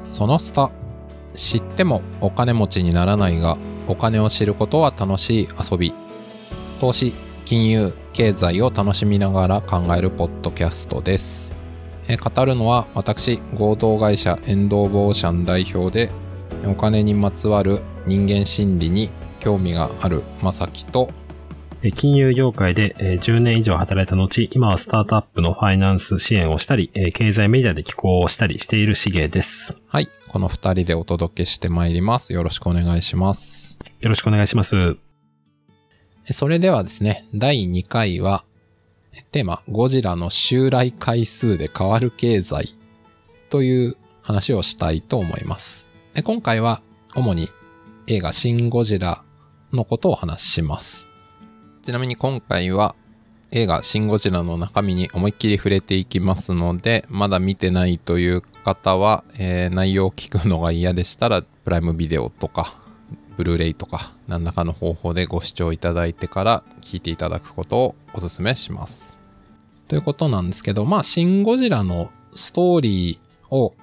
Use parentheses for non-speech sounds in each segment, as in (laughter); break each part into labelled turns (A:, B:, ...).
A: そのスタ知ってもお金持ちにならないがお金を知ることは楽しい遊び投資金融経済を楽しみながら考えるポッドキャストですえ語るのは私合同会社エンドーブオーシャン代表でお金にまつわる人間心理に興味があるまさきと
B: えー金融業界でえー10年以上働いた後、今はスタートアップのファイナンス支援をしたり、えー経済メディアで寄稿をしたりしているしげです。
A: はいこの2人でお届けしてまいりますよろしくお願いします
B: よろしくお願いします。
A: えそれではですね、第2回は、えテーマ、ゴジラの襲来回数で変わる経済という話をしたいと思います。で今回は、主に映画シン・ゴジラのことをお話しします。ちなみに今回は、映画シン・ゴジラの中身に思いっきり触れていきますので、まだ見てないという方は、えー内容を聞くのが嫌でしたら、プライムビデオとか、ブルーレイとか何らかの方法でご視聴いただいてから聞いていただくことをお勧めします。ということなんですけど、まあ、シン・ゴジラのストーリーを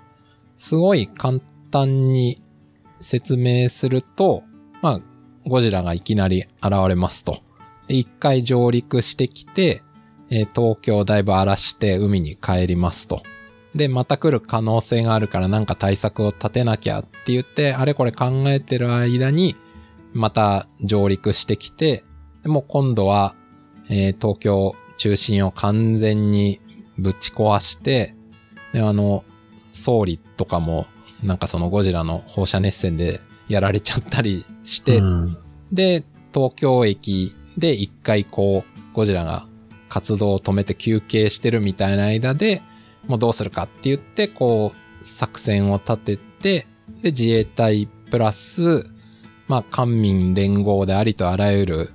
A: すごい簡単に説明すると、まあ、ゴジラがいきなり現れますと。で一回上陸してきて、えー東京をだいぶ荒らして海に帰りますと。で、また来る可能性があるからなんか対策を立てなきゃって言って、あれこれ考えてる間に、また上陸してきて、でもう今度は、えー東京中心を完全にぶち壊して、で、あの、総理とかも、なんかそのゴジラの放射熱線でやられちゃったりして、
B: うん
A: で、東京駅で一回こう、ゴジラが活動を止めて休憩してるみたいな間で、もうどうするかって言って、こう、作戦を立てて、で、自衛隊プラス、まあ、官民連合でありとあらゆる、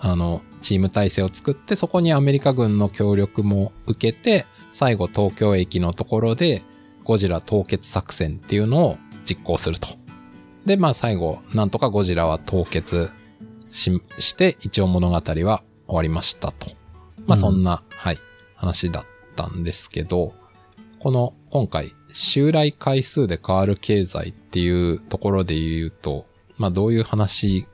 A: あの、チーム体制を作って、そこにアメリカ軍の協力も受けて、最後東京駅のところで、ゴジラ凍結作戦っていうのを実行すると。で、まあ最後、なんとかゴジラは凍結しして、一応物語は終わりましたと。まあ
B: うん
A: そんな、はい、話だったんですけど、この今回、襲来回数で変わる経済っていうところで言うと、まあどういう話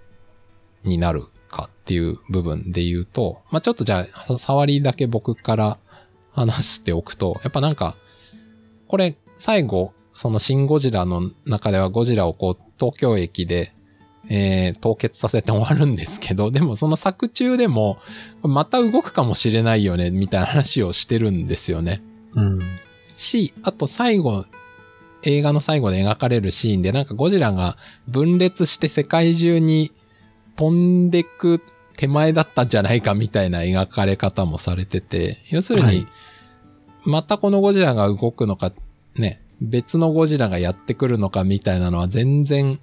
A: になるかっていう部分で言うと、まあちょっとじゃあ、触りだけ僕から話しておくと、やっぱなんか、これ、最後、そのシン・ゴジラの中ではゴジラをこう、東京駅で、えー凍結させて終わるんですけど、でもその作中でも、また動くかもしれないよね、みたいな話をしてるんですよね。
B: うん。
A: し、あと最後、映画の最後で描かれるシーンで、なんかゴジラが分裂して世界中に飛んでく手前だったんじゃないかみたいな描かれ方もされてて、要するに、
B: はい
A: またこのゴジラが動くのか、ね、別のゴジラがやってくるのかみたいなのは全然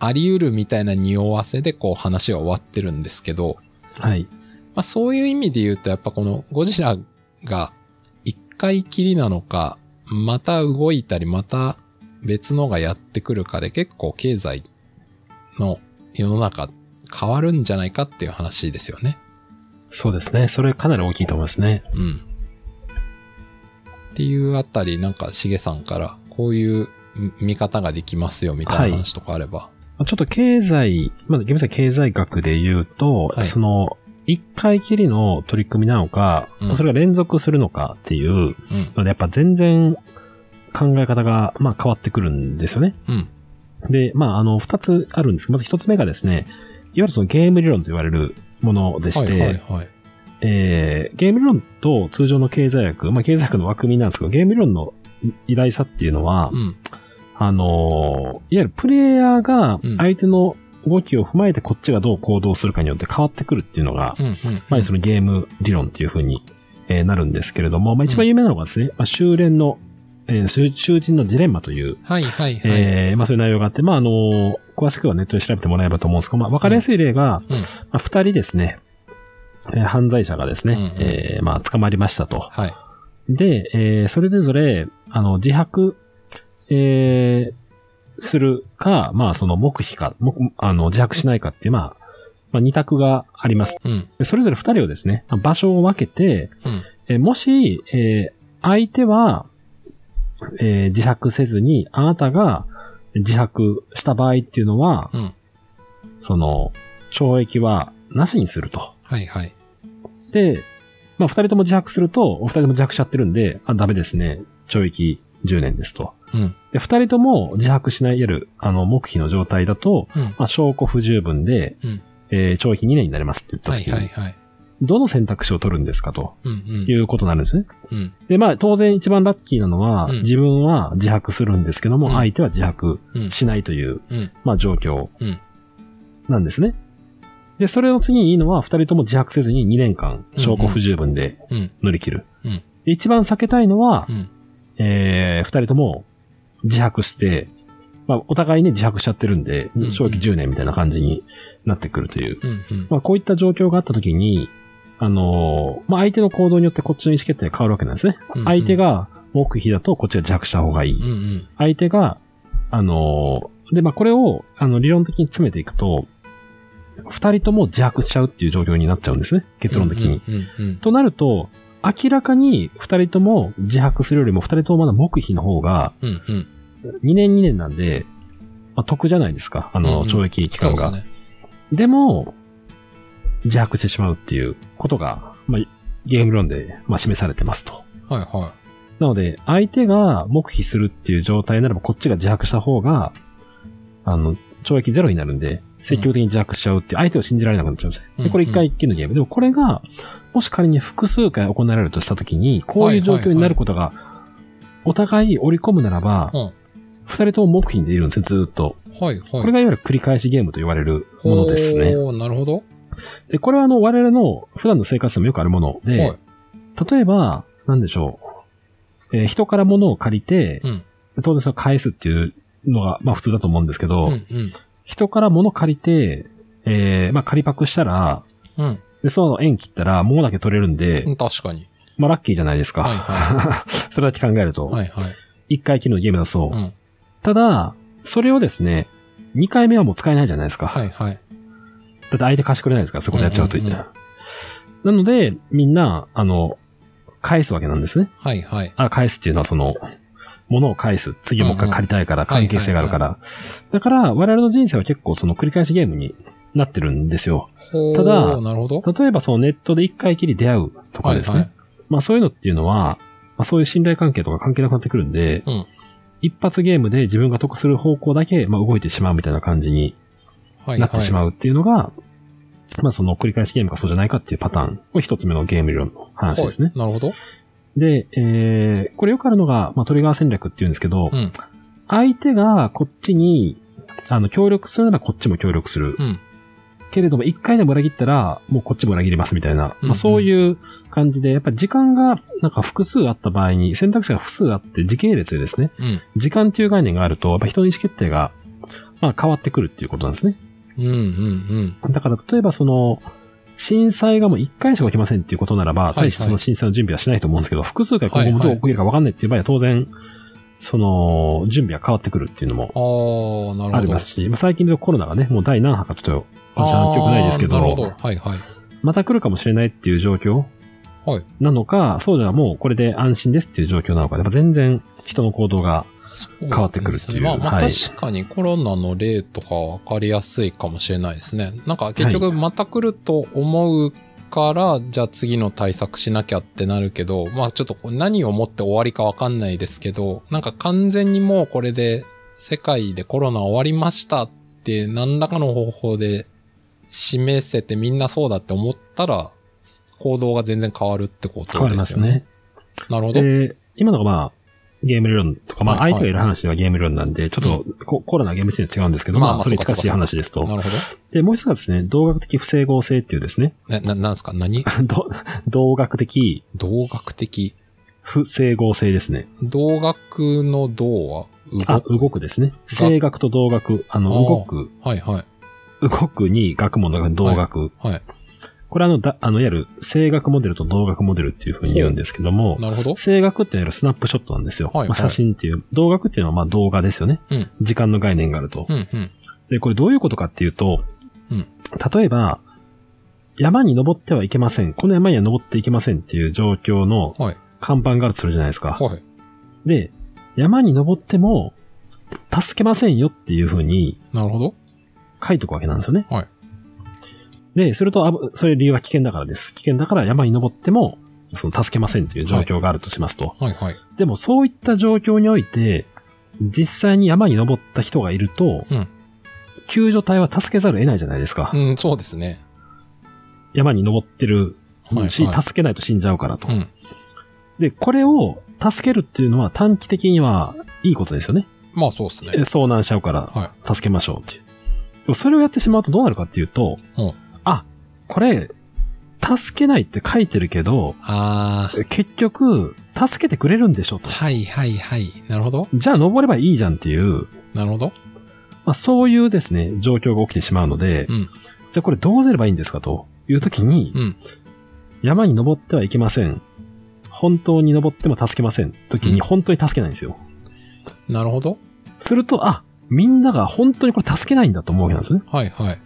A: あり得るみたいな匂わせでこう話は終わってるんですけど、
B: はい。
A: まあそういう意味で言うと、やっぱこのゴジラが一回きりなのか、また動いたり、また別のがやってくるかで結構経済の世の中変わるんじゃないかっていう話ですよね。
B: そうですね。それかなり大きいと思いますね。
A: うん。っていうあたり、なんかしげさんからこういう見方ができますよみたいな話とかあれば。
B: まあちょっと経済、まあ、厳密に経済学で言うと、
A: はい
B: その、一回きりの取り組みなのか、
A: うん
B: それが連続するのかっていう
A: うん。
B: ので、やっぱ全然考え方が、まあ、変わってくるんですよね。
A: うん。
B: で、まあ、あの、二つあるんですけど、まず一つ目がですね、いわゆるそのゲーム理論と言われるものでし
A: はい
B: て、
A: はいはい。
B: えーゲーム理論と通常の経済学、まあ、経済学の枠組みなんですけど、ゲーム理論の偉大さっていうのは、
A: うん。
B: あのーいわゆるプレイヤーが
A: うん
B: 相手の動きを踏まえてこっちがどう行動するかによって変わってくるっていうのが、
A: うん。うん。
B: まあ、そのゲーム理論っていう風に、えーなるんですけれども、まあ、一番有名なのがですね、まあ、修練の、えー囚囚人のジレンマという、
A: はいはいはい。
B: えーまあそういう内容があって、まああの詳しくはネットで調べてもらえればと思うんですけど、まあ分かりやすい例が、
A: うんうん
B: まあ、2人ですね、えー犯罪者がですね、
A: うんうん
B: えーまあ捕まりましたと。
A: はい。
B: で、えーそれぞれ、あの、自白、えーするか、まあその黙秘か、もあの自白しないかっていう、まあ、まあ2択があります。
A: うん。
B: でそれぞれ2人をですね、まあ場所を分けて、
A: うん。
B: えーもし、えー相手は、えー自白せずに、あなたが自白した場合っていうのは、
A: うん
B: その、懲役はなしにすると。
A: はいはい。
B: で、まあ、二人とも自白すると、お二人とも自白しちゃってるんで、あ、ダメですね。懲役10年ですと。
A: うん。
B: で、二人とも自白しない、いわゆる、あの、黙秘の状態だと、
A: うん。
B: まあ、証拠不十分で、
A: うん
B: えー懲役2年になりますって言った
A: はい
B: 時に、
A: はいはい。
B: どの選択肢を取るんですかと
A: うん
B: い
A: うん。
B: うことになるんですね。
A: うん。
B: で、まあ、当然一番ラッキーなのは、
A: うん
B: 自分は自白するんですけども、
A: うん
B: 相手は自白
A: うん。
B: しないという、
A: うん
B: まあ、状況
A: うん
B: なんですね。で、それの次にいいのは、二人とも自白せずに2年間、証拠不十分で
A: うん。
B: 乗り切る。
A: うん
B: で一番避けたいのは、
A: うん
B: えー二人とも自白して、まあ、お互いね、自白しちゃってるんで、
A: うんうん
B: 正規10年みたいな感じになってくるという。
A: うんうん。
B: まあ、こういった状況があった時に、あのーまあ、相手の行動によってこっちの意思決定が変わるわけなんですね。
A: うんうん
B: 相手、が黙秘だとこっちが自白した方がいい。
A: うんうん。
B: 相手が、あのーで、まあ、これを、あの、理論的に詰めていくと、二人とも自白しちゃうっていう状況になっちゃうんですね。結論的に。
A: うんうん
B: となると、明らかに二人とも自白するよりも二人ともまだ黙秘の方が、
A: うん。うんうん。
B: 2年2年なんで、まあ、得じゃないですか。あ
A: うん
B: の、
A: うん
B: 懲役期
A: そう
B: 間
A: です
B: が。
A: ね。
B: でも、自白してしまうっていうことが、まあ、ゲーム論で、まあ、示されてますと。
A: はいは
B: なので、相手が黙秘するっていう状態ならば、こっちが自白した方が、あの、懲役ゼロになるんで、積極的に自白しちゃうっていう、相手を信じられなくなっちゃうんですね。で、これ一回一見のゲーム。でもこれが、もし仮に複数回行われるとしたときに、こういう状況になることが、お互い織り込むならば
A: い。、うん。
B: 二人とも黙秘にでいるんですね、ずーっと。
A: はいはい。
B: これがいわゆる繰り返しゲームと言われるものですね。
A: おーなるほど。
B: で、これはあの、我々の普段の生活でもよくあるもの
A: は
B: で
A: い、。
B: 例えば、なんでしょう。えー人から物を借りて、
A: うん。
B: 当然それを返すっていうのが、まあ普通だと思うんですけ
A: う
B: ど、
A: んうん。
B: 人から物借りて、えー、まあ借りパクしたら、
A: うん
B: で、その縁切ったら、物だけ取れるんで、
A: うん。確かに。
B: まあラッキーじゃないですか。
A: はいは
B: (laughs) それだけ考えると、
A: はいはい。
B: 一回きりのゲームだそう。
A: うん。
B: ただ、それをですね、二回目はもう使えないじゃないですか。
A: はいはい。
B: だって相手貸してくれないですから、そこでやっちゃうといっ
A: うん
B: て。
A: うん
B: なので、みんな、あの、返すわけなんですね。
A: はいはい。
B: あ、返すっていうのはその、物を返す。次もう一回借りたいから、
A: うんうん
B: 関係性があるか
A: は
B: ら。だから、我々の人生は結構その繰り返しゲームになってるんですよ。
A: ほー
B: ただ
A: なるほど。
B: 例えばそのネットで一回きり出会うとか
A: はい
B: ですね。
A: はい。
B: まあそういうのっていうのは、まあそういう信頼関係とか関係なくなってくるんで、
A: うん
B: 一発ゲームで自分が得する方向だけ、まあ、動いてしまうみたいな感じに
A: はい
B: なってし
A: う。
B: まうっていうのが、まあその繰り返しゲームかそうじゃないかっていうパターンを一つ目のゲーム理論の話ですね。
A: はいなるほど。
B: で、えー、これよくあるのが、まあ、トリガー戦略っていうんですけど、
A: うん
B: 相手がこっちに、あの、協力するならこっちも協力する。
A: うん
B: けれども、一回でも裏切ったら、もうこっちも裏切りますみたいな、
A: うんう
B: ま
A: ん
B: あ、そういう感じで、やっぱり時間が、なんか複数あった場合に、選択肢が複数あって、時系列でですね、
A: うん。
B: 時間っていう概念があると、やっぱ人の意思決定が、まあ、変わってくるっていうことなんですね。
A: うんうん
B: だから、例えばその、震災がもう1回しか起きませんっていうことなら
A: い
B: ば、
A: はい
B: 大してその震災の準備はしないと思うんですけど、複数回今後もどう起きるか分かんないっていう場合は当然、その、準備が変わってくるっていうのも
A: うん。あー、なるほど。
B: ありますし、まあ最近でコロナがね、もう第何波かちょっと、
A: あー。
B: 私は記憶ないですけど
A: なるほど。はいはい。
B: また来るかもしれないっていう状況
A: はい
B: なのか、そうじゃもうこれで安心ですっていう状況なのか、やっぱ全然人の行動が、
A: 変
B: わってくるっていう
A: まあまあ
B: はい
A: 確かにコロナの例とかは分かりやすいかもしれないですね。なんか結局また来ると思うから、じゃあ次の対策しなきゃってなるけど、まあちょっとこう何をもって終わりか分かんないですけど、なんか完全にもうこれで世界でコロナ終わりましたって何らかの方法で示せてみんなそうだって思ったら、行動が全然変わるってこ
B: 変
A: と
B: わり
A: で
B: ますす
A: よね。
B: ね。
A: なるほど。
B: で、今のがまあ、ゲーム理論とか、まあ
A: はい
B: 相手がいる話ではゲーム理論なんで、ちょっとこコロナは厳密には違うんですけど、
A: まあ
B: ま
A: まあ
B: あそれに
A: そうか
B: 近しい話です
A: な
B: と。
A: るほど。
B: で、もう一つはですね、動学的不整合性っていうですね、 (laughs)
A: な、な、なんですか何
B: ど動学的
A: 動学的。
B: 不整合性ですね。
A: 動学の動は
B: あ、
A: 動く。
B: 動くですね。声楽と動学、あの、
A: あー
B: 動く、
A: はいはい。
B: 動くに学問の学、動学。
A: はい。
B: これあの、だあの、いわゆる声楽モデルと動学モデルっていうふうに言うんですけども、
A: なるほど。
B: 声楽っていうのはスナップショットなんですよ。
A: はい
B: まあ、写真っていう、動学っていうのはまあ動画ですよね。
A: うん
B: 時間の概念があると。
A: うんうん。
B: で、これどういうことかっていうと、
A: うん
B: 例えば、山に登ってはいけません。この山には登っていけませんっていう状況の
A: はい
B: 看板があるとするじゃないですか。
A: はい。
B: で、山に登っても、助けませんよっていう風に
A: なるほど。
B: 書いとくわけなんですよね。
A: はい。
B: で、すると、あぶそういう理由は危険だからです。危険だから山に登っても、その助けませんという状況があるとしますと。
A: はいはい。
B: でも、そういった状況において、実際に山に登った人がいると、
A: うん
B: 救助隊は助けざるを得ないじゃないですか。
A: うん、そうですね。
B: 山に登ってる
A: はい
B: し、
A: はい。
B: 助けないと死んじゃうからと。
A: うん。
B: で、これを助けるっていうのは短期的にはいいことですよね。
A: まあそうです
B: え
A: ね。
B: 遭難しちゃうから
A: は
B: 助けましょうっていう。でもそれをやってしまうとどうなるかっていうと、
A: うん
B: あ、これ、助けないって書いてるけど、
A: あ
B: 結局、助けてくれるんでしょ
A: あ、
B: と。
A: はいはいはい。なるほど。
B: じゃあ登ればいいじゃんっていう、
A: なるほど。
B: まあ、そういうですね、状況が起きてしまうので、
A: うん
B: じゃあこれどうすればいいんですかというときに、
A: うん
B: 山に登ってはいけません。本当に登っても助けません。時
A: うん
B: に本当に助けないんですよ。
A: なるほど。
B: すると、あ、みんなが本当にこれ助けないんだと思うわけなんですよね。
A: はいはい。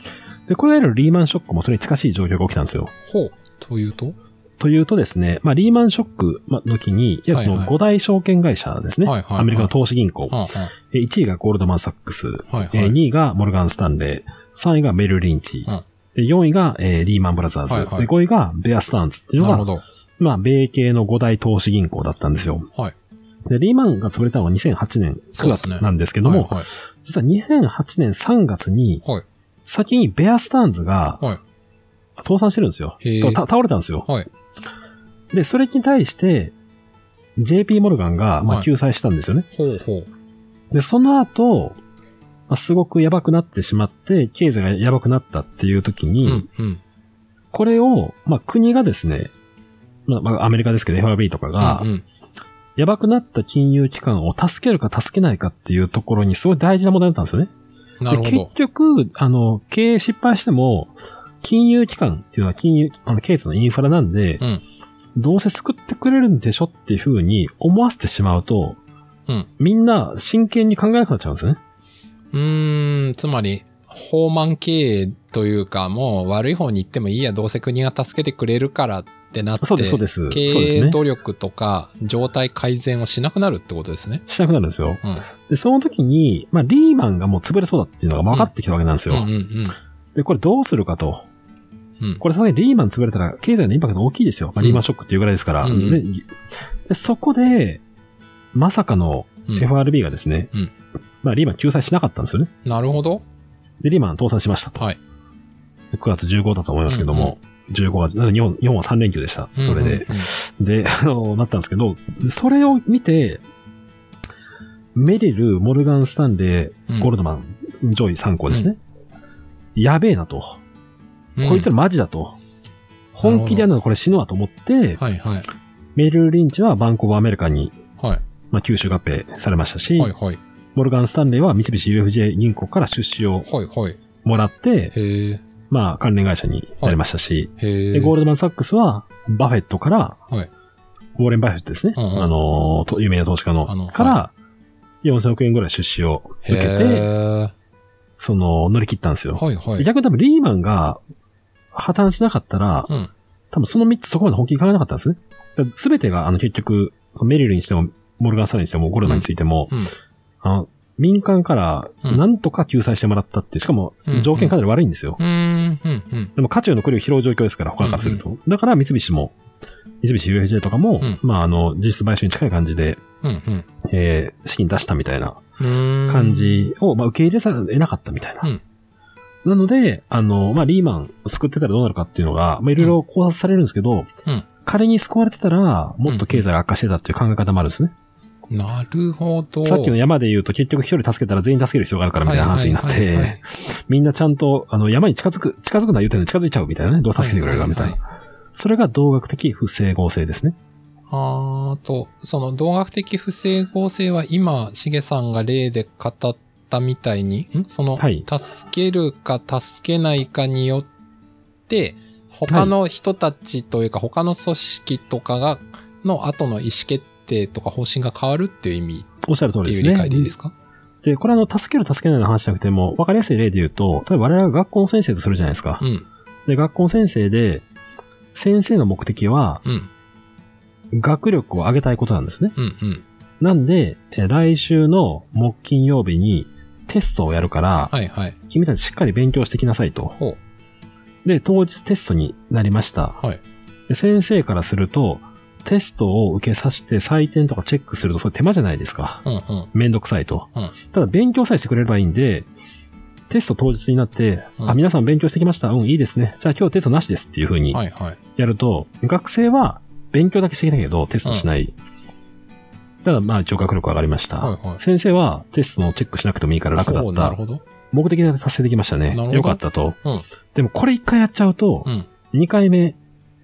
B: で、これいわゆるリーマンショックもそれに近しい状況が起きたんですよ。
A: ほう。というと
B: というとですね、まあリーマンショックの時に、いやそ
A: はい
B: の
A: はい
B: 5大証券会社ですね。
A: はいはいはい
B: アメリカの投資銀行。
A: はあは
B: え1位がゴールドマンサックス。
A: あはい
B: え
A: は
B: ー
A: い。
B: 2位がモルガン・スタンレー、3位がメル・リンチ、
A: うん
B: で4位が、えーリーマン・ブラザーズ、
A: はいはい
B: で5位がベア・スタンズっていう
A: なる
B: の
A: ほ
B: が、
A: ど。
B: まあ、米系の5大投資銀行だったんですよ。
A: はい
B: でリーマンが潰れたのは2008年9
A: そうです
B: 月
A: ね
B: なんですけども、
A: はい
B: 実は2008年3月に、
A: はい
B: 先にベア・スタンズが
A: はい
B: 倒産してるんですよ。
A: へー
B: た倒れたんですよ。
A: はい。
B: で、それに対して、JP モルガンが、ま
A: は
B: あ、
A: い
B: 救済したんですよね。
A: ほうほう。
B: で、その後、まあすごくやばくなってしまって、経済がやばくなったっていう時
A: う
B: に、
A: んうん。
B: これを、まあ、国がですね、まあ、まあアメリカですけど FRB とかが、
A: うんうん
B: やばくなった金融機関を助けるか助けないかっていうところにすごい大事な問題だったんですよね。
A: なるほ
B: で
A: ど
B: 結。局、あの、経営失敗しても、金融機関っていうのは金融、あの、経済のインフラなんで、
A: うん
B: どうせ救ってくれるんでしょっていうふうに思わせてしまうと、
A: うん
B: みんな真剣に考えなくなっちゃうんですよね。
A: うーん、つまり、放満経営というか、もう悪い方に行ってもいいや、どうせ国が助けてくれるからってなって、
B: そうです、そうです。
A: 経
B: そうです
A: 営
B: ね。
A: 努力とか、状態改善をしなくなるってことですね。
B: しなくなるんですよ。
A: うん。
B: で、その時に、まあ、リーマンがもう潰れそうだっていうのが分かってきたわけなんです
A: うん
B: よ。
A: うん
B: で、これどうするかと。
A: うん。うん。
B: これさすがにリーマン潰れたら経済のインパクト大きいですよ。まあ、
A: うん
B: リーマンショックっていうぐらいですから。
A: うんうん
B: ででそこで、まさかの
A: うん
B: FRB がですね、
A: うん
B: まあ、リーマン救済しなかったんですよね。
A: なるほど。
B: で、リーマン倒産しましたと。
A: はい。
B: 9月15だと思いますけども、15は、なんか日本、日本は3連休でした。
A: うん
B: それで。。
A: うんうん
B: で、あの、なったんですけど、それを見て、メリル、モルガン・スタンレー、
A: うん
B: ゴールドマン、上位3校ですね。やべえなと。
A: うん
B: こいつらマジだと。本気でやるのはこれ死ぬわと思って、
A: はいはい。
B: メル・リンチはバンコブ・アメリカに、
A: は
B: まあ、吸収合併されましたし、
A: い。はいはい。
B: モルガン・スタンレーは三菱 UFJ 銀行から出資を
A: はいはい。
B: もらって、
A: へえ。
B: まあ、関連会社になりましたし、
A: へえ。
B: でゴールドマン・サックスはバフェットから、
A: はい
B: ウォーレン・バフェットですね、
A: うんうん
B: あのと有名な投資家の
A: あのはい
B: から、4000億円ぐらい出資を受け
A: へ
B: て、
A: ー
B: その、乗り切ったんですよ。
A: はいはい。
B: 逆に多分リーマンが破綻しなかったら、
A: うん。
B: 多分その3つそこまで本気に考えなかったんですね。すべてが、あの、結局、そのメリルにしても、モルガン・サラにしても、ゴルダについても、
A: うんうん
B: あの民間から、
A: うん
B: なんとか救済してもらったって、しかも
A: うんう、ん
B: 条件かなり悪いんですよ。
A: うーん、うん、うん。
B: でも、価値を残りを拾う状況ですから、他からすると。だから、三菱も、三菱 UFJ とかも、
A: うん
B: まあ、あの、実質買収に近い感じで、
A: うん、うん。
B: えー資金出したみたいな
A: うーん
B: 感。じを、まあ、受け入れさえなかったみたいな。
A: うん
B: なので、あの、まあ、リーマンを救ってたらどうなるかっていうのが、まあ、いろいろ考察されるんですけど、
A: うん
B: 仮に救われてたら、もっと経済が悪化してたっていう考え方もあるんですね。
A: なるほど。
B: さっきの山で言うと、結局一人助けたら全員助ける必要があるからみたいな話になっ
A: はいはいはいは
B: て、
A: い
B: みんなちゃんと、あの、山に近づく、近づくな言うてんのに近づいちゃうみたいなね、どう助けてくれるかみたいな。
A: は
B: それが同学的不整合性ですね。
A: あーと、その動学的不整合性は今、しげさんが例で語ったみたいに、んその、
B: はい
A: 助けるか助けないかによって、他の人たちというか、他の組織とかが、の後の意思決定とか方針が変わるっていう意味
B: おっしゃる通
A: って
B: り
A: い
B: で
A: う
B: すね。
A: 理解でいいですか
B: で、これあの、助ける助けないの話じゃなくても、わかりやすい例で言うと、例えば我々が学校の先生とするじゃないですか
A: う。ん、
B: で、学校の先生で、先生の目的は、
A: うん、
B: 学力を上げたいことなんですね。
A: うん、うん。
B: なんで、えー来週の木金曜日にテストをやるから、
A: はいはい。
B: 君たちしっかり勉強してきなさいと。
A: ほ
B: で、当日テストになりました。
A: う。はい。
B: で先生からすると、テストを受けさせて採点とかチェックすると、それ手間じゃないですか。
A: うんうん。
B: めんどくさいと。
A: うん
B: ただ、勉強さえしてくれればいいんで、テスト当日になって、
A: うん
B: あ、皆さん勉強してきました。うん、いいですね。じゃあ今日テストなしですっていう風に
A: はいはい。
B: やると、学生は勉強だけしてきたけど、テストしない。ただ、まあ、一応学力上がりました。
A: はいはい。
B: 先生はテストのチェックしなくてもいいから楽だ
A: ほ
B: っ
A: うな
B: た
A: る。ほど。
B: 目的が達成できましたね
A: なるほ。ど
B: よかったと。
A: うん
B: でもこれ一回やっちゃうと
A: う、ん。
B: 二回目、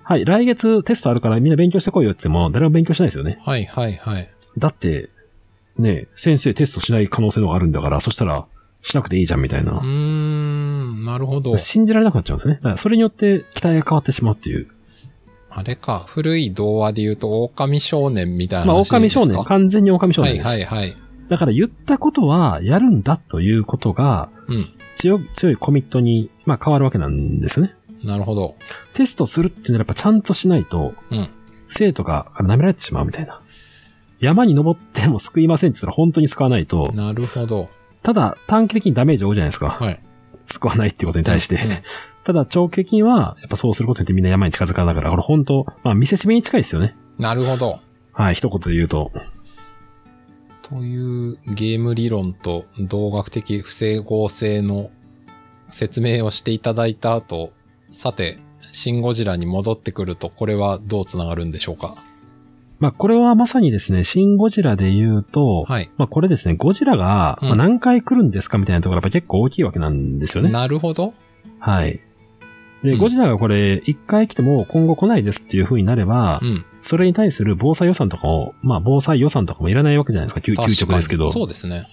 B: はい、来月テストあるからみんな勉強してこいよって言っても、誰も勉強しないですよね。
A: はいはいはい。
B: だって、ね、先生テストしない可能性の方があるんだから、そしたら、しなくていいじゃんみたいう
A: ー
B: な。
A: ん、なるほど。
B: 信じられなくなっちゃうんですね。だからそれによって期待が変わってしまうっていう。
A: あれか、古い童話で言うと、狼少年みたいな
B: まあ、
A: 話ですか。
B: 狼少年、完全に狼少年です。
A: はいはいはい。
B: だから言ったことはやるんだということが、
A: うん。
B: 強い、強いコミットに、まあ変わるわけなんですね。
A: なるほど。
B: テストするっていうのはやっぱちゃんとしないと、
A: うん
B: 生徒が舐められてしまうみたいな。山に登っても救いませんって言ったら本当に救わないと、
A: なるほど。
B: ただ短期的にダメージを負うじゃないですか。
A: はい。
B: 救わないっていうことに対して。
A: うん
B: ただ長期的には、やっぱそうすることによってみんな山に近づかながら、これ本当、まあ見せしめに近いですよね。
A: なるほど。
B: はい、一言で言うと。
A: というゲーム理論と動学的不整合性の説明をしていただいた後、さて、シン・ゴジラに戻ってくると、これはどうつながるんでしょうか
B: まあこれはまさにですね、シンゴジラで言うと、
A: はい。
B: まあこれですね、ゴジラが
A: うん
B: まあ何回来るんですかみたいなところがやっぱ結構大きいわけなんですよね。
A: なるほど。
B: はい。で、
A: うん
B: ゴジラがこれ、一回来ても今後来ないですっていう風になれば
A: う、ん。
B: それに対する防災予算とかを、まあ防災予算とかもいらないわけじゃないですか、究究
A: 確
B: 極
A: か
B: で
A: に
B: すけど。
A: そうですね。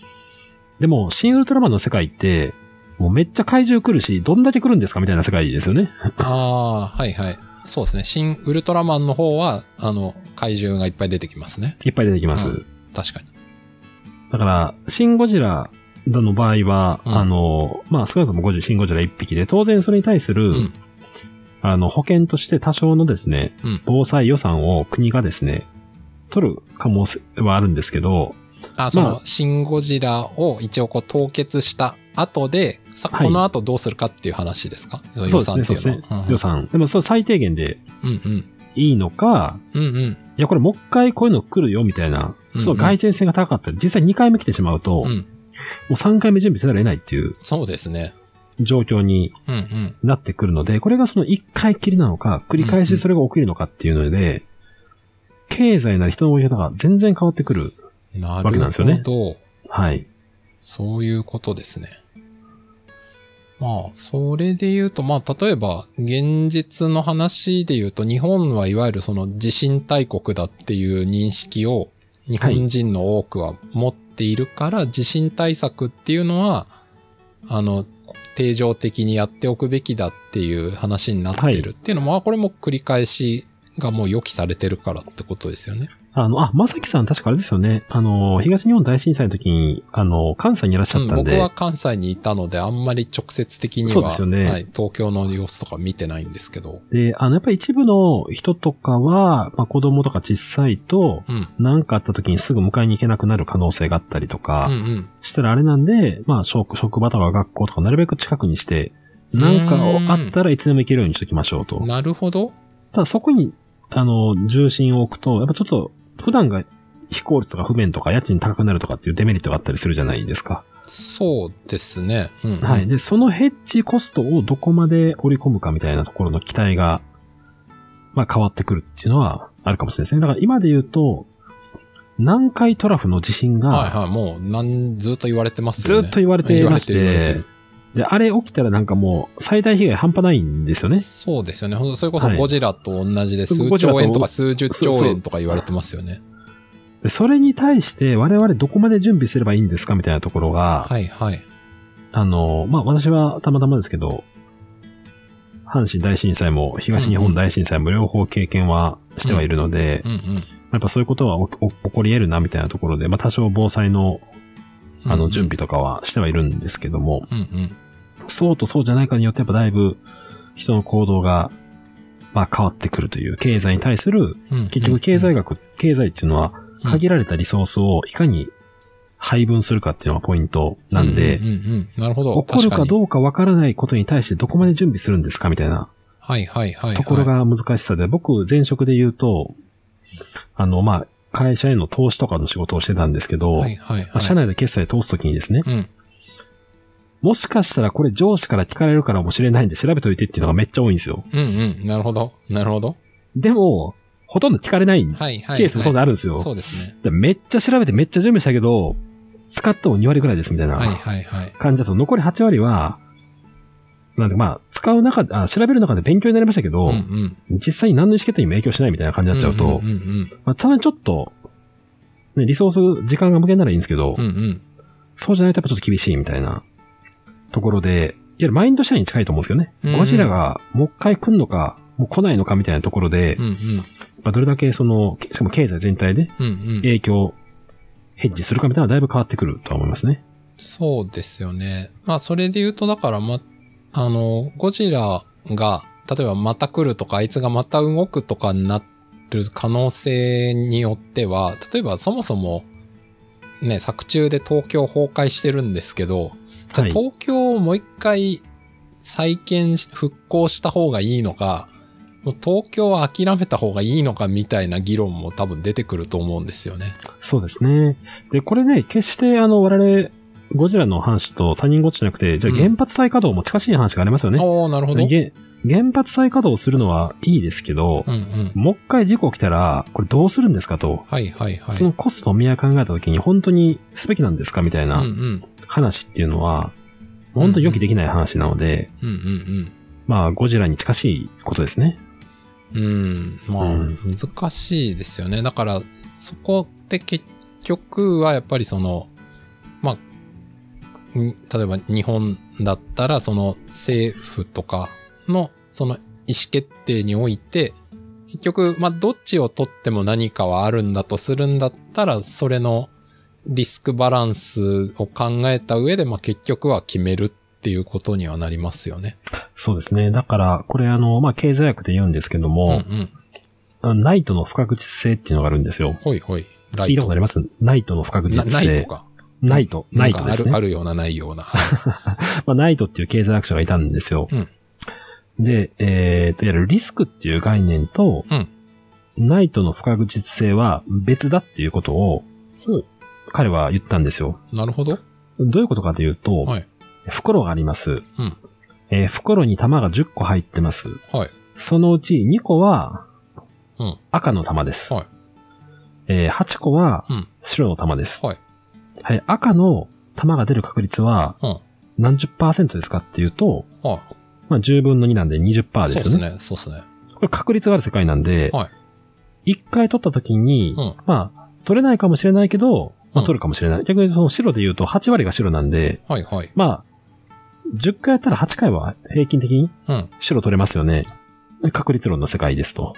B: でも、シンウルトラマンの世界って、もうめっちゃ怪獣来るし、どんだけ来るんですかみたいな世界ですよね。
A: ああ、はいはい。そうですね。シン・ウルトラマンの方は、あの、怪獣がいっぱい出てきますね。
B: いっぱい出てきます。
A: う確かに。
B: だから、シンゴジラの場合は、
A: うん
B: あの、まあ少なくともゴジシンゴジラ1匹で、当然それに対する、
A: うん
B: あの、保険として多少のですね、
A: うん
B: 防災予算を国がですね、取る可能性はあるんですけど、
A: あ、その、
B: まあ
A: シン・ゴジラを一応こう凍結した後で、さ、
B: はい
A: この後どうするかっていう話ですかその
B: そう
A: 予
B: です
A: 算
B: ね、
A: って
B: そう
A: い
B: で
A: う
B: す
A: の
B: ね。予算。でも、それ最低限で
A: うんうん。
B: いいのか、
A: うんうん。
B: いや、これもう一回こういうの来るよ、みたいな、
A: うんうん
B: その蓋然性が高かったり、実際2回目来てしまうと、
A: う
B: も
A: ん。
B: う3回目準備せざるを得ないっていう
A: そうですね。
B: 状況に
A: うんうん。
B: なってくるので、これがその1回きりなのか、繰り返しそれが起きるのかっていうので、経済なり人の動き方が全然変わってくる。
A: な
B: けなん
A: る
B: です
A: ほ
B: よね
A: ど。
B: はい。
A: そういうことですね。まあ、それで言うと、まあ、例えば、現実の話で言うと、日本はいわゆるその地震大国だっていう認識を、日本人の多くは持っているから、地震対策っていうのは、あの、定常的にやっておくべきだっていう話になってるっていうのも、まあこれも繰り返しがもう予期されてるからってことですよね。
B: あの、あ、まさきさん確かあれですよね。あの、東日本大震災の時に、あの、関西にいらっしゃ
A: う
B: っ
A: ん、
B: たん
A: 僕
B: で、
A: は関西にいたので、あんまり直接的に
B: そうで
A: は、
B: すよね
A: はい、東京の様子とか見てないんですけど。
B: で、あの、やっぱり一部の人とかは、まあ、子供とか小さいと、
A: うん。
B: 何かあった時にすぐ迎えに行けなくなる可能性があったりと
A: うんう
B: か、
A: ん。
B: したらあれなんで、まあ、職職場とか学校とかなるべく近くにして、何かをあったらいつでも行けるようにしときましょうと。
A: なるほど。
B: ただそこに、あの、重心を置くと、やっぱちょっと、普段が非効率とか不便とか家賃高くなるとかっていうデメリットがあったりするじゃないですか。
A: そうですね。うん、うん。
B: はい。で、そのヘッジコストをどこまで織り込むかみたいなところの期待が、まあ変わってくるっていうのはあるかもしれないですね。だから今で言うと、南海トラフの地震
A: はい
B: が、
A: はい。もう、なん、ずっと言われてます
B: ず
A: よね。
B: っと言われてい
A: 言わ
B: ま
A: れ
B: して
A: る言われて
B: て
A: る、。
B: で、あれ起きたらなんかもう最大被害半端ないんですよね。
A: そうですよね。ほんとそれこそ
B: はい
A: ゴジラと同じで、数
B: ゴジラと
A: 兆円とか数十兆円とか言われてますよね。
B: でそれに対して我々どこまで準備すればいいんですかみたいなところが、
A: はいはい。
B: あの、まあ、私はたまたまですけど、阪神大震災も東日
A: うんう
B: 本
A: ん
B: 大震災も両方経験はしてはいるので、
A: うんうん。
B: やっぱそういうことはおお起こり得るなみたいなところで、まあ、多少防災のあ
A: うんう
B: の
A: ん
B: 準備。とかはしてはいるんですけども、
A: うんうん。
B: そうとそうじゃないかによってやっぱだいぶ人の行動が、まあ、変わってくるという、経済に対する、
A: うんうん
B: 結局経済学、経済っていうのは、限られたリソースをいかに配分するかっていうのがポイントなんで、
A: うんうんうんうんなるほど。
B: 起こるか
A: う
B: どうかわからないことに対してどこまで準備するんですかみたいな
A: はいはいはい、はい。
B: ところ。が難しさで、僕前職で言うと、あの、まあ、会社への投資とかの仕事をしてたんですけど、
A: はいはい
B: まあ
A: はい。
B: 社内で決済通すときにですね、
A: うん。
B: もしかしたらこれ上司から聞かれるからもしれないんで調べといてっていうのがめっちゃ多いんですよ。
A: うんうん。なるほど。なるほど。
B: でも、ほとんど聞かれない
A: はいはい、はい。
B: ケースも当然あるんですよ。
A: そうですね。
B: でめっちゃ調べてめっちゃ準備したけど、使っても2割ぐらいですみたいな
A: はいはいはい。
B: 感じだと、残り8割は、なんでまあ、使う中で、あ、調べる中で勉強になりましたけど、
A: うんうん。
B: 実際に何の意思決定にも影響しないみたいな感じになっちゃうと、
A: うんうん
B: まあ、ただちょっと、ね、リソース、時間が無限ならいいんですけど、
A: うん。うんうん。
B: そうじゃないとやっぱちょっと厳しいみたいなところで、いわゆるマインドシェアに近いと思うんですよね。
A: うんうん
B: ゴジラがもう一回来んのか、もう来ないのかみたいなところで、
A: うんうん。
B: まあ、どれだけその、しかも経済全体で
A: うんうん。
B: 影響、ヘッジするかみたいなのはだいぶ変わってくるとは思いますね。
A: そうですよね。まあ、それで言うと、だから、ま、あの、ゴジラが、例えばまた来るとか、あいつがまた動くとかになる可能性によっては、例えばそもそも、ね、作中で東京崩壊してるんですけど、じゃあ
B: はい
A: 東京をもう一回再建し、復興した方がいいのか、もう東京は諦めた方がいいのかみたいな議論も多分出てくると思うんですよね。
B: そうですね。で、これね、決してあの、我々、ゴジラの話と他人ごっちじゃなくて、じゃあ
A: うん
B: 原発再稼働も近しい話がありますよね。
A: おー、なるほど。うん
B: げ原発再稼働するのはいいですけど
A: う、ん。
B: もう一回事故起きたら、これどうするんですかと。
A: はいはいはい。
B: そのコストを見合い考えた時に本当にすべきなんですかみたい
A: うんう。
B: なん話っていうのは、本当に予期できない話なので、
A: うんうん
B: まあ、ゴジラに近しいことですね。
A: うん。うん。まあ、
B: うん
A: 難しいですよね。だから、そこって結局はやっぱりその、まあ、に例えば日本だったら、その政府とかの、その意思決定において、結局、まあ、どっちを取っても何かはあるんだとするんだったら、それのリスクバランスを考えた上で、まあ、結局は決めるっていうことにはなりますよね。
B: そうですね。だから、これあの、まあ、経済学で言うんですけど
A: うんう
B: も、
A: ん。
B: あのナイトの不確実性っていうのがあるんですよ。
A: ほいほい。ラ
B: 聞いたことありますナイトの不確実
A: な
B: 性。
A: ないとか。
B: ナイト。ナ
A: なん
B: イト
A: か
B: で
A: あ
B: す
A: る、
B: ね。
A: あるような、ないよう
B: (laughs)
A: な。
B: まあ、ナイトっていう経済学者がいたんですよ。
A: うん
B: で、えー、と、いわゆるリスクっていう概念と、
A: うん
B: ナイトの不確実性は別だっていうことを、彼は言ったんですよ。
A: なるほど。
B: どういうことかというと、
A: はい。
B: 袋があります。
A: うん
B: えー袋に玉が10個入ってます。
A: はい。
B: そのうち2個は
A: うん、
B: 赤の玉です。
A: はい
B: えー8個は
A: うん
B: 白の玉です。
A: はい。
B: はい、赤の玉が出る確率は
A: うん。
B: 何十パーセントですかっていうと、
A: は
B: まあ、10分の2なんで20%
A: い。
B: です
A: そう
B: よ
A: で
B: ね。
A: すね。そうですね。
B: これ確率がある世界なんで、
A: は
B: 一1回取った時に、
A: うん
B: まあ、取れないかもしれないけど、
A: う
B: まあ、
A: ん
B: 取るかもしれない。逆にその白で言うと8割が白なんで、
A: はいはい。
B: まあ、10回やったら8回は平均的に
A: うん。
B: 白取れますよね。確率論の世界ですと。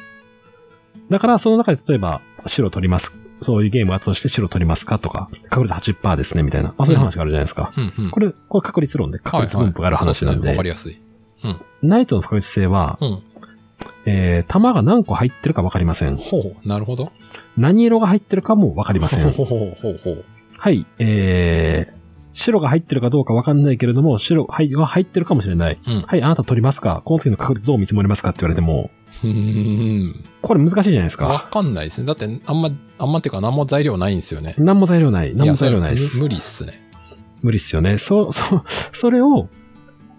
B: だから、その中で例えば、白取ります。そういうゲームがあったとして白取りますかとか、確率80%ですね、みたいな。まあ、そういう話があるじゃないですか。
A: うんうん。
B: これ、これ確率論で確率分布がある話なん
A: はいはいそうすねわ、か、
B: で
A: りやすい。
B: ナイトの不確実性は、
A: うん。
B: えー、弾が何個入ってるか分かりません。
A: ほう。なるほど。
B: 何色が入ってるかも分かりませ。
A: ほうんほうほうほうほう。
B: はい、えー、白が入ってるかどうか分かんないけれども、白はいは入ってるかもしれない。
A: うん
B: はい、あなた取りますかこの時の確率どう見積もりますかって言われても、
A: うーん。
B: これ難しいじゃないです
A: わ
B: か。
A: かんないですね。だって、あんま、あんまっていうか、何も材料ないんですよね。
B: 何も材料ない。何も材料ないで
A: やそれ
B: す。
A: 無無理っすね。
B: 無理っすよね。そう、そう、それを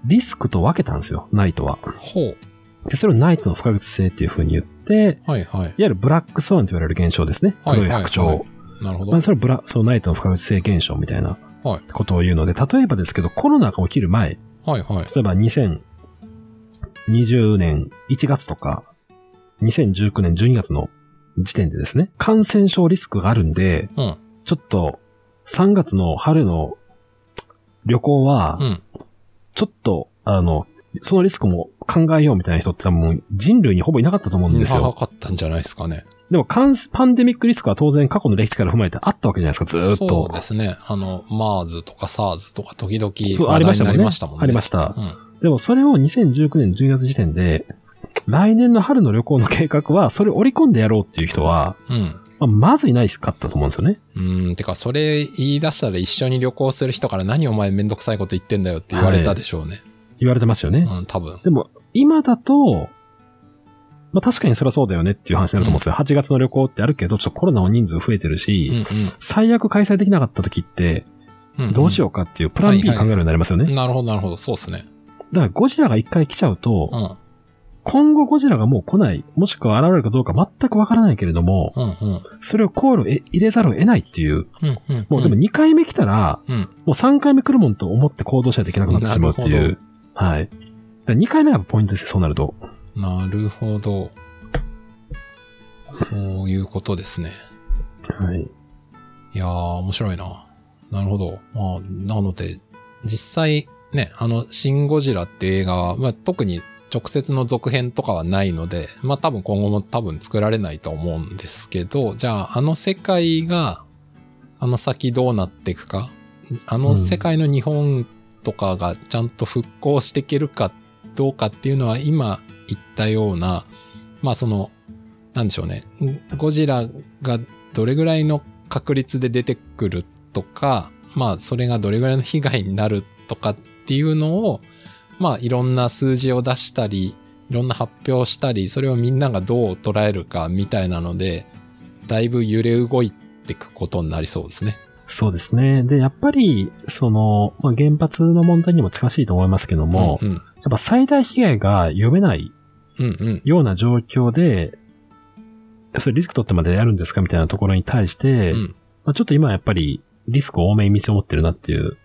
B: リスクと分けたんですよ、ナイトは。
A: ほ
B: で、それをナイトの不確実性っていう風に言って、
A: う。はいはい。
B: いわゆるブラックスワンと言われる現象ですね。
A: はい
B: 黒い白鳥。
A: はいはいなるほど。は
B: まあ、
A: い
B: それはブラ、そのナイトの不確実性現象みたいな
A: はい
B: ことを言うので、例えばですけど、コロナが起きる前、
A: はい。
B: 例えば2020年1月とか、2019年12月の時点でですね、感染症リスクがあるんで、
A: うん。
B: ちょっと3月の春の旅行は
A: う、ん。
B: ちょっと、あの、そのリスクも考えようみたいな人って多分人類にほぼいなかったと思うんです
A: 長
B: よ。
A: かったんじゃないですかね。
B: でも感染、パンデミックリスクは当然過去の歴史から踏まえてあったわけじゃないですか、ずーっと。
A: そうですね。あの、MERS とか SARS とか時
B: そう
A: 々
B: あ
A: 話
B: りま
A: 題
B: し
A: に
B: た
A: な
B: もん
A: り
B: ね。
A: ましたもんね。
B: ありました。
A: うん
B: でもそれを2019年12月時点で、来年の春の旅行の計画は、それを織り込んでやろうっていう人は、
A: うん。
B: まあ、まずいないかったと思うんですよね。
A: うーん、てか、それ言い出したら一緒に旅行する人から何お前めんどくさいこと言ってんだよって言われたでしょうね。
B: 言われてますよね。
A: うん、多分。
B: でも、今だと、まあ確かにそりゃそうだよねっていう話になると思うんですよ。8月の旅行ってあるけど、ちょっとコロナの人数増えてる
A: う
B: し、
A: んうん
B: 最悪開催できなかった時って、
A: うんん。
B: どうしようかっていうプラン B 考えるようになりますよね。
A: なるほど、なるほど。そうですね。
B: だからゴジラが一回来ちゃうと、
A: うん。
B: 今後ゴジラがもう来ない、もしくは現れるかどうか全くわからないけれども、
A: うんうん。
B: それを考慮え入れざるを得ないっていう、
A: うんうん。
B: もうでも2回目来たら、
A: うん、
B: もう3回目来るもんと思って行動しないといけなくなってしまうって
A: ないる
B: う。はい。2回目がポイントですよ、そうなると。
A: うん。なるほど。そういうことですね。
B: はい。
A: いやー、面白いな。なるほど。まあ、なので、実際、ね、あの、シン・ゴジラっていう映画は、まあ、特に直接の続編とかはないので、まあ、多分今後も多分作られないと思うんですけど、じゃあ、あの世界が、あの先どうなっていくか、あの世界の日本とかがちゃんと復興していけるかどうかっていうのは、今言ったような、まあ、その、なんでしょうね。ゴジラがどれぐらいの確率で出てくるとか、まあ、それがどれぐらいの被害になるとかっていうのを、まあ、いろんな数字を出したり、いろんな発表をしたり、それをみんながどう捉えるかみたいなので、だいぶ揺れ動いていくことになりそうですね。
B: そうですね。で、やっぱり、その、まあ、原発の問題にも近しいと思いますけども、
A: うん、
B: やっぱ最大被害が読めない
A: うん、うん、
B: ような状況で、それリスク取ってまでやるんですかみたいなところに対して、
A: うん。
B: まあ、ちょっと今はやっぱりリスクを多めに見積もってるなっていう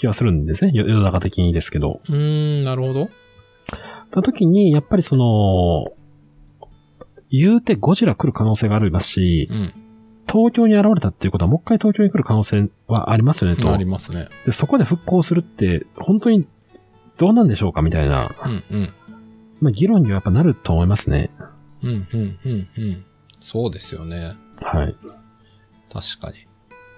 B: 気はするんですね。よ世の中的にですけど。
A: うーん、なるほど。
B: た時に、やっぱりその、言うてゴジラ来る可能性がありますし
A: う、ん、
B: 東京に現れたっていうことはもう一回東京に来る可能性はありますよねと。
A: ありますね。
B: で、そこで復興するって、本当にどうなんでしょうかみたいな、
A: うん、うん。
B: まあ、議論にはやっぱなると思いますね。
A: うん、うん、うん、うん。そうですよね。
B: はい。
A: 確かに。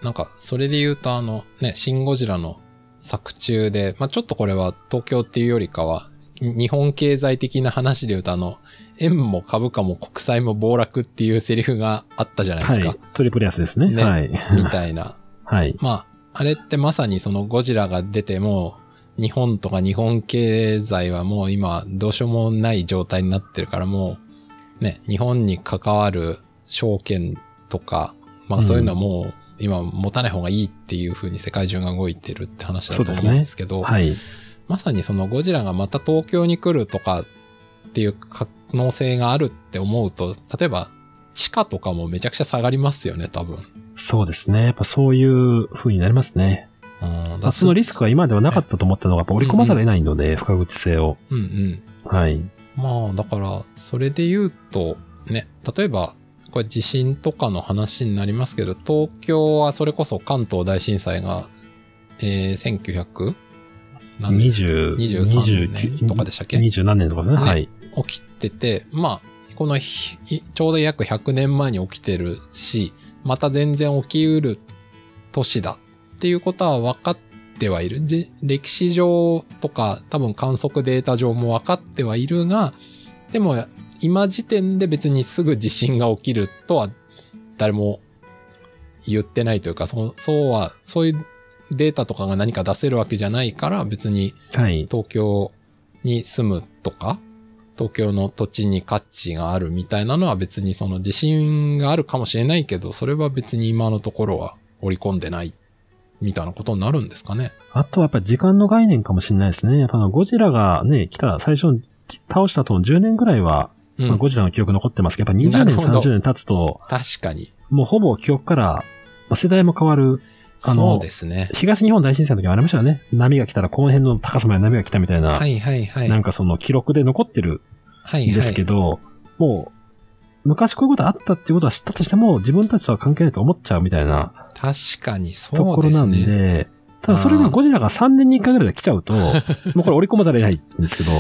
A: なんか、それで言うと、あの、ね、シン・ゴジラの作中で、まあ、ちょっとこれは東京っていうよりかは、に日本経済的な話で言うと、あの、円も株価も国債も暴落っていうセリフがあったじゃない
B: は
A: ですか。
B: い。トリプル安ですね。
A: ね
B: はい。
A: みたいな。
B: はい。
A: まあ、あれってまさにそのゴジラが出ても、日本とか日本経済はもう今どうしようもない状態になってるからもう、ね、日本に関わる証券とか、まあそういうのはもう今持たない方がいいっていう風に世界中が動いてるって話だと思うんですけど、
B: はい。
A: まさにそのゴジラがまた東京に来るとかっていう可能性があるって思うと、例えば地価とかもめちゃくちゃ下がりますよね、多分。
B: そうですね。やっぱそういう風になりますね。
A: うん、だか
B: まあ
A: ら
B: そのリスクは今ではなかったと思ったのが、やっぱ織り込まざるを得ないので、不確実性を。
A: うんうん。
B: はい。
A: まあ、だから、それで言うと、ね、例えば、これ地震とかの話になりますけど、東京はそれこそ関東大震災が、えー、1900? 何年
B: 20、
A: 23年とかでしたっけ
B: 二十何年とかですね。
A: ね
B: はい。
A: 起きてて、まあ、このひいちょうど約100年前に起きてるし、また全然起きうる年だっていうことは分かってはいる。じ歴史上とか多分観測データ上も分かってはいるが、でも今時点で別にすぐ地震が起きるとは誰も言ってないというか、そそうは、そういうデータとかが何か出せるわけじゃないから別に
B: はい。
A: 東京に住むとか、東京の土地に価値があるみたいなのは別にその地震があるかもしれないけど、それは別に今のところは織り込んでないみたいなことになるんですかね。
B: あとはやっぱり時間の概念かもしれないですね。やっぱあのゴジラがね、来た、最初に倒した後の10年ぐらいは、
A: う
B: まあ
A: ん。
B: ゴジラの記憶残ってますけど、やっぱ
A: な
B: 20
A: る
B: 年、
A: ほど
B: 30年経つと、
A: 確かに。
B: もうほぼ記憶から、まあ世代も変わる。あの
A: そうですね。
B: 東日本大震災の時もありましたよね。波が来たら、この辺の高さまで波が来たみたいな、
A: はいはいはい。
B: なんかその記録で残ってる
A: はい
B: んで
A: は
B: すけ
A: い。
B: ど、もう、昔こういうことあったっていうことは知ったとしても、自分たちとは関係ないと思っちゃうみたいな
A: 確かに
B: と
A: そ
B: こ
A: う
B: ろ
A: で
B: な
A: す
B: んで、
A: ね。
B: ただそれがゴジラが3年に1回ぐらいで来ちゃ (laughs) うと、もうこれ折り込まざるを得ないんですけど、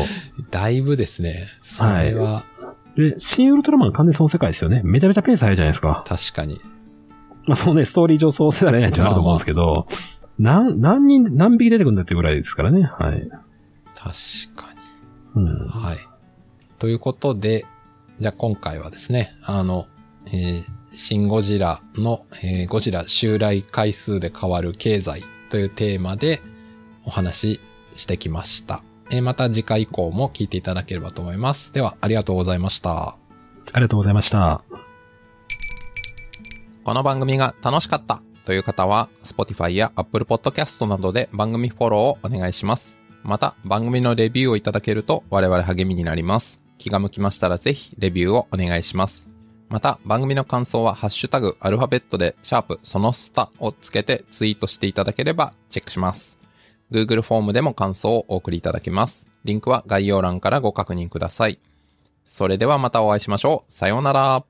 A: だいぶですね。それは
B: で、新ウルトラマン完全にその世界ですよね。めちゃめちゃペース早いじゃないですか。
A: 確かに。
B: まあそのね、ストーリー上そうせられないっていうのはあると思うんですけど、何、何人、何匹出てくるんだっていうぐらいですからね。はい。
A: 確かに。
B: うん。
A: はい。ということで、じゃあ今回はですね、あの、えーシン・ゴジラの、えーゴジラ襲来回数で変わる経済というテーマでお話ししてきました。えーまた次回以降も聞いていただければと思います。では、ありがとうございました。
B: ありがとうございました。
A: この番組が楽しかったという方は、Spotify や Apple Podcast などで番組フォローをお願いします。また、番組のレビューをいただけると我々励みになります。気が向きましたらぜひレビューをお願いします。また、番組の感想はハッシュタグアルファベットで、シャープそのスタをつけてツイートしていただければチェックします。Google フォームでも感想をお送りいただけます。リンクは概要欄からご確認ください。それではまたお会いしましょう。さようなら。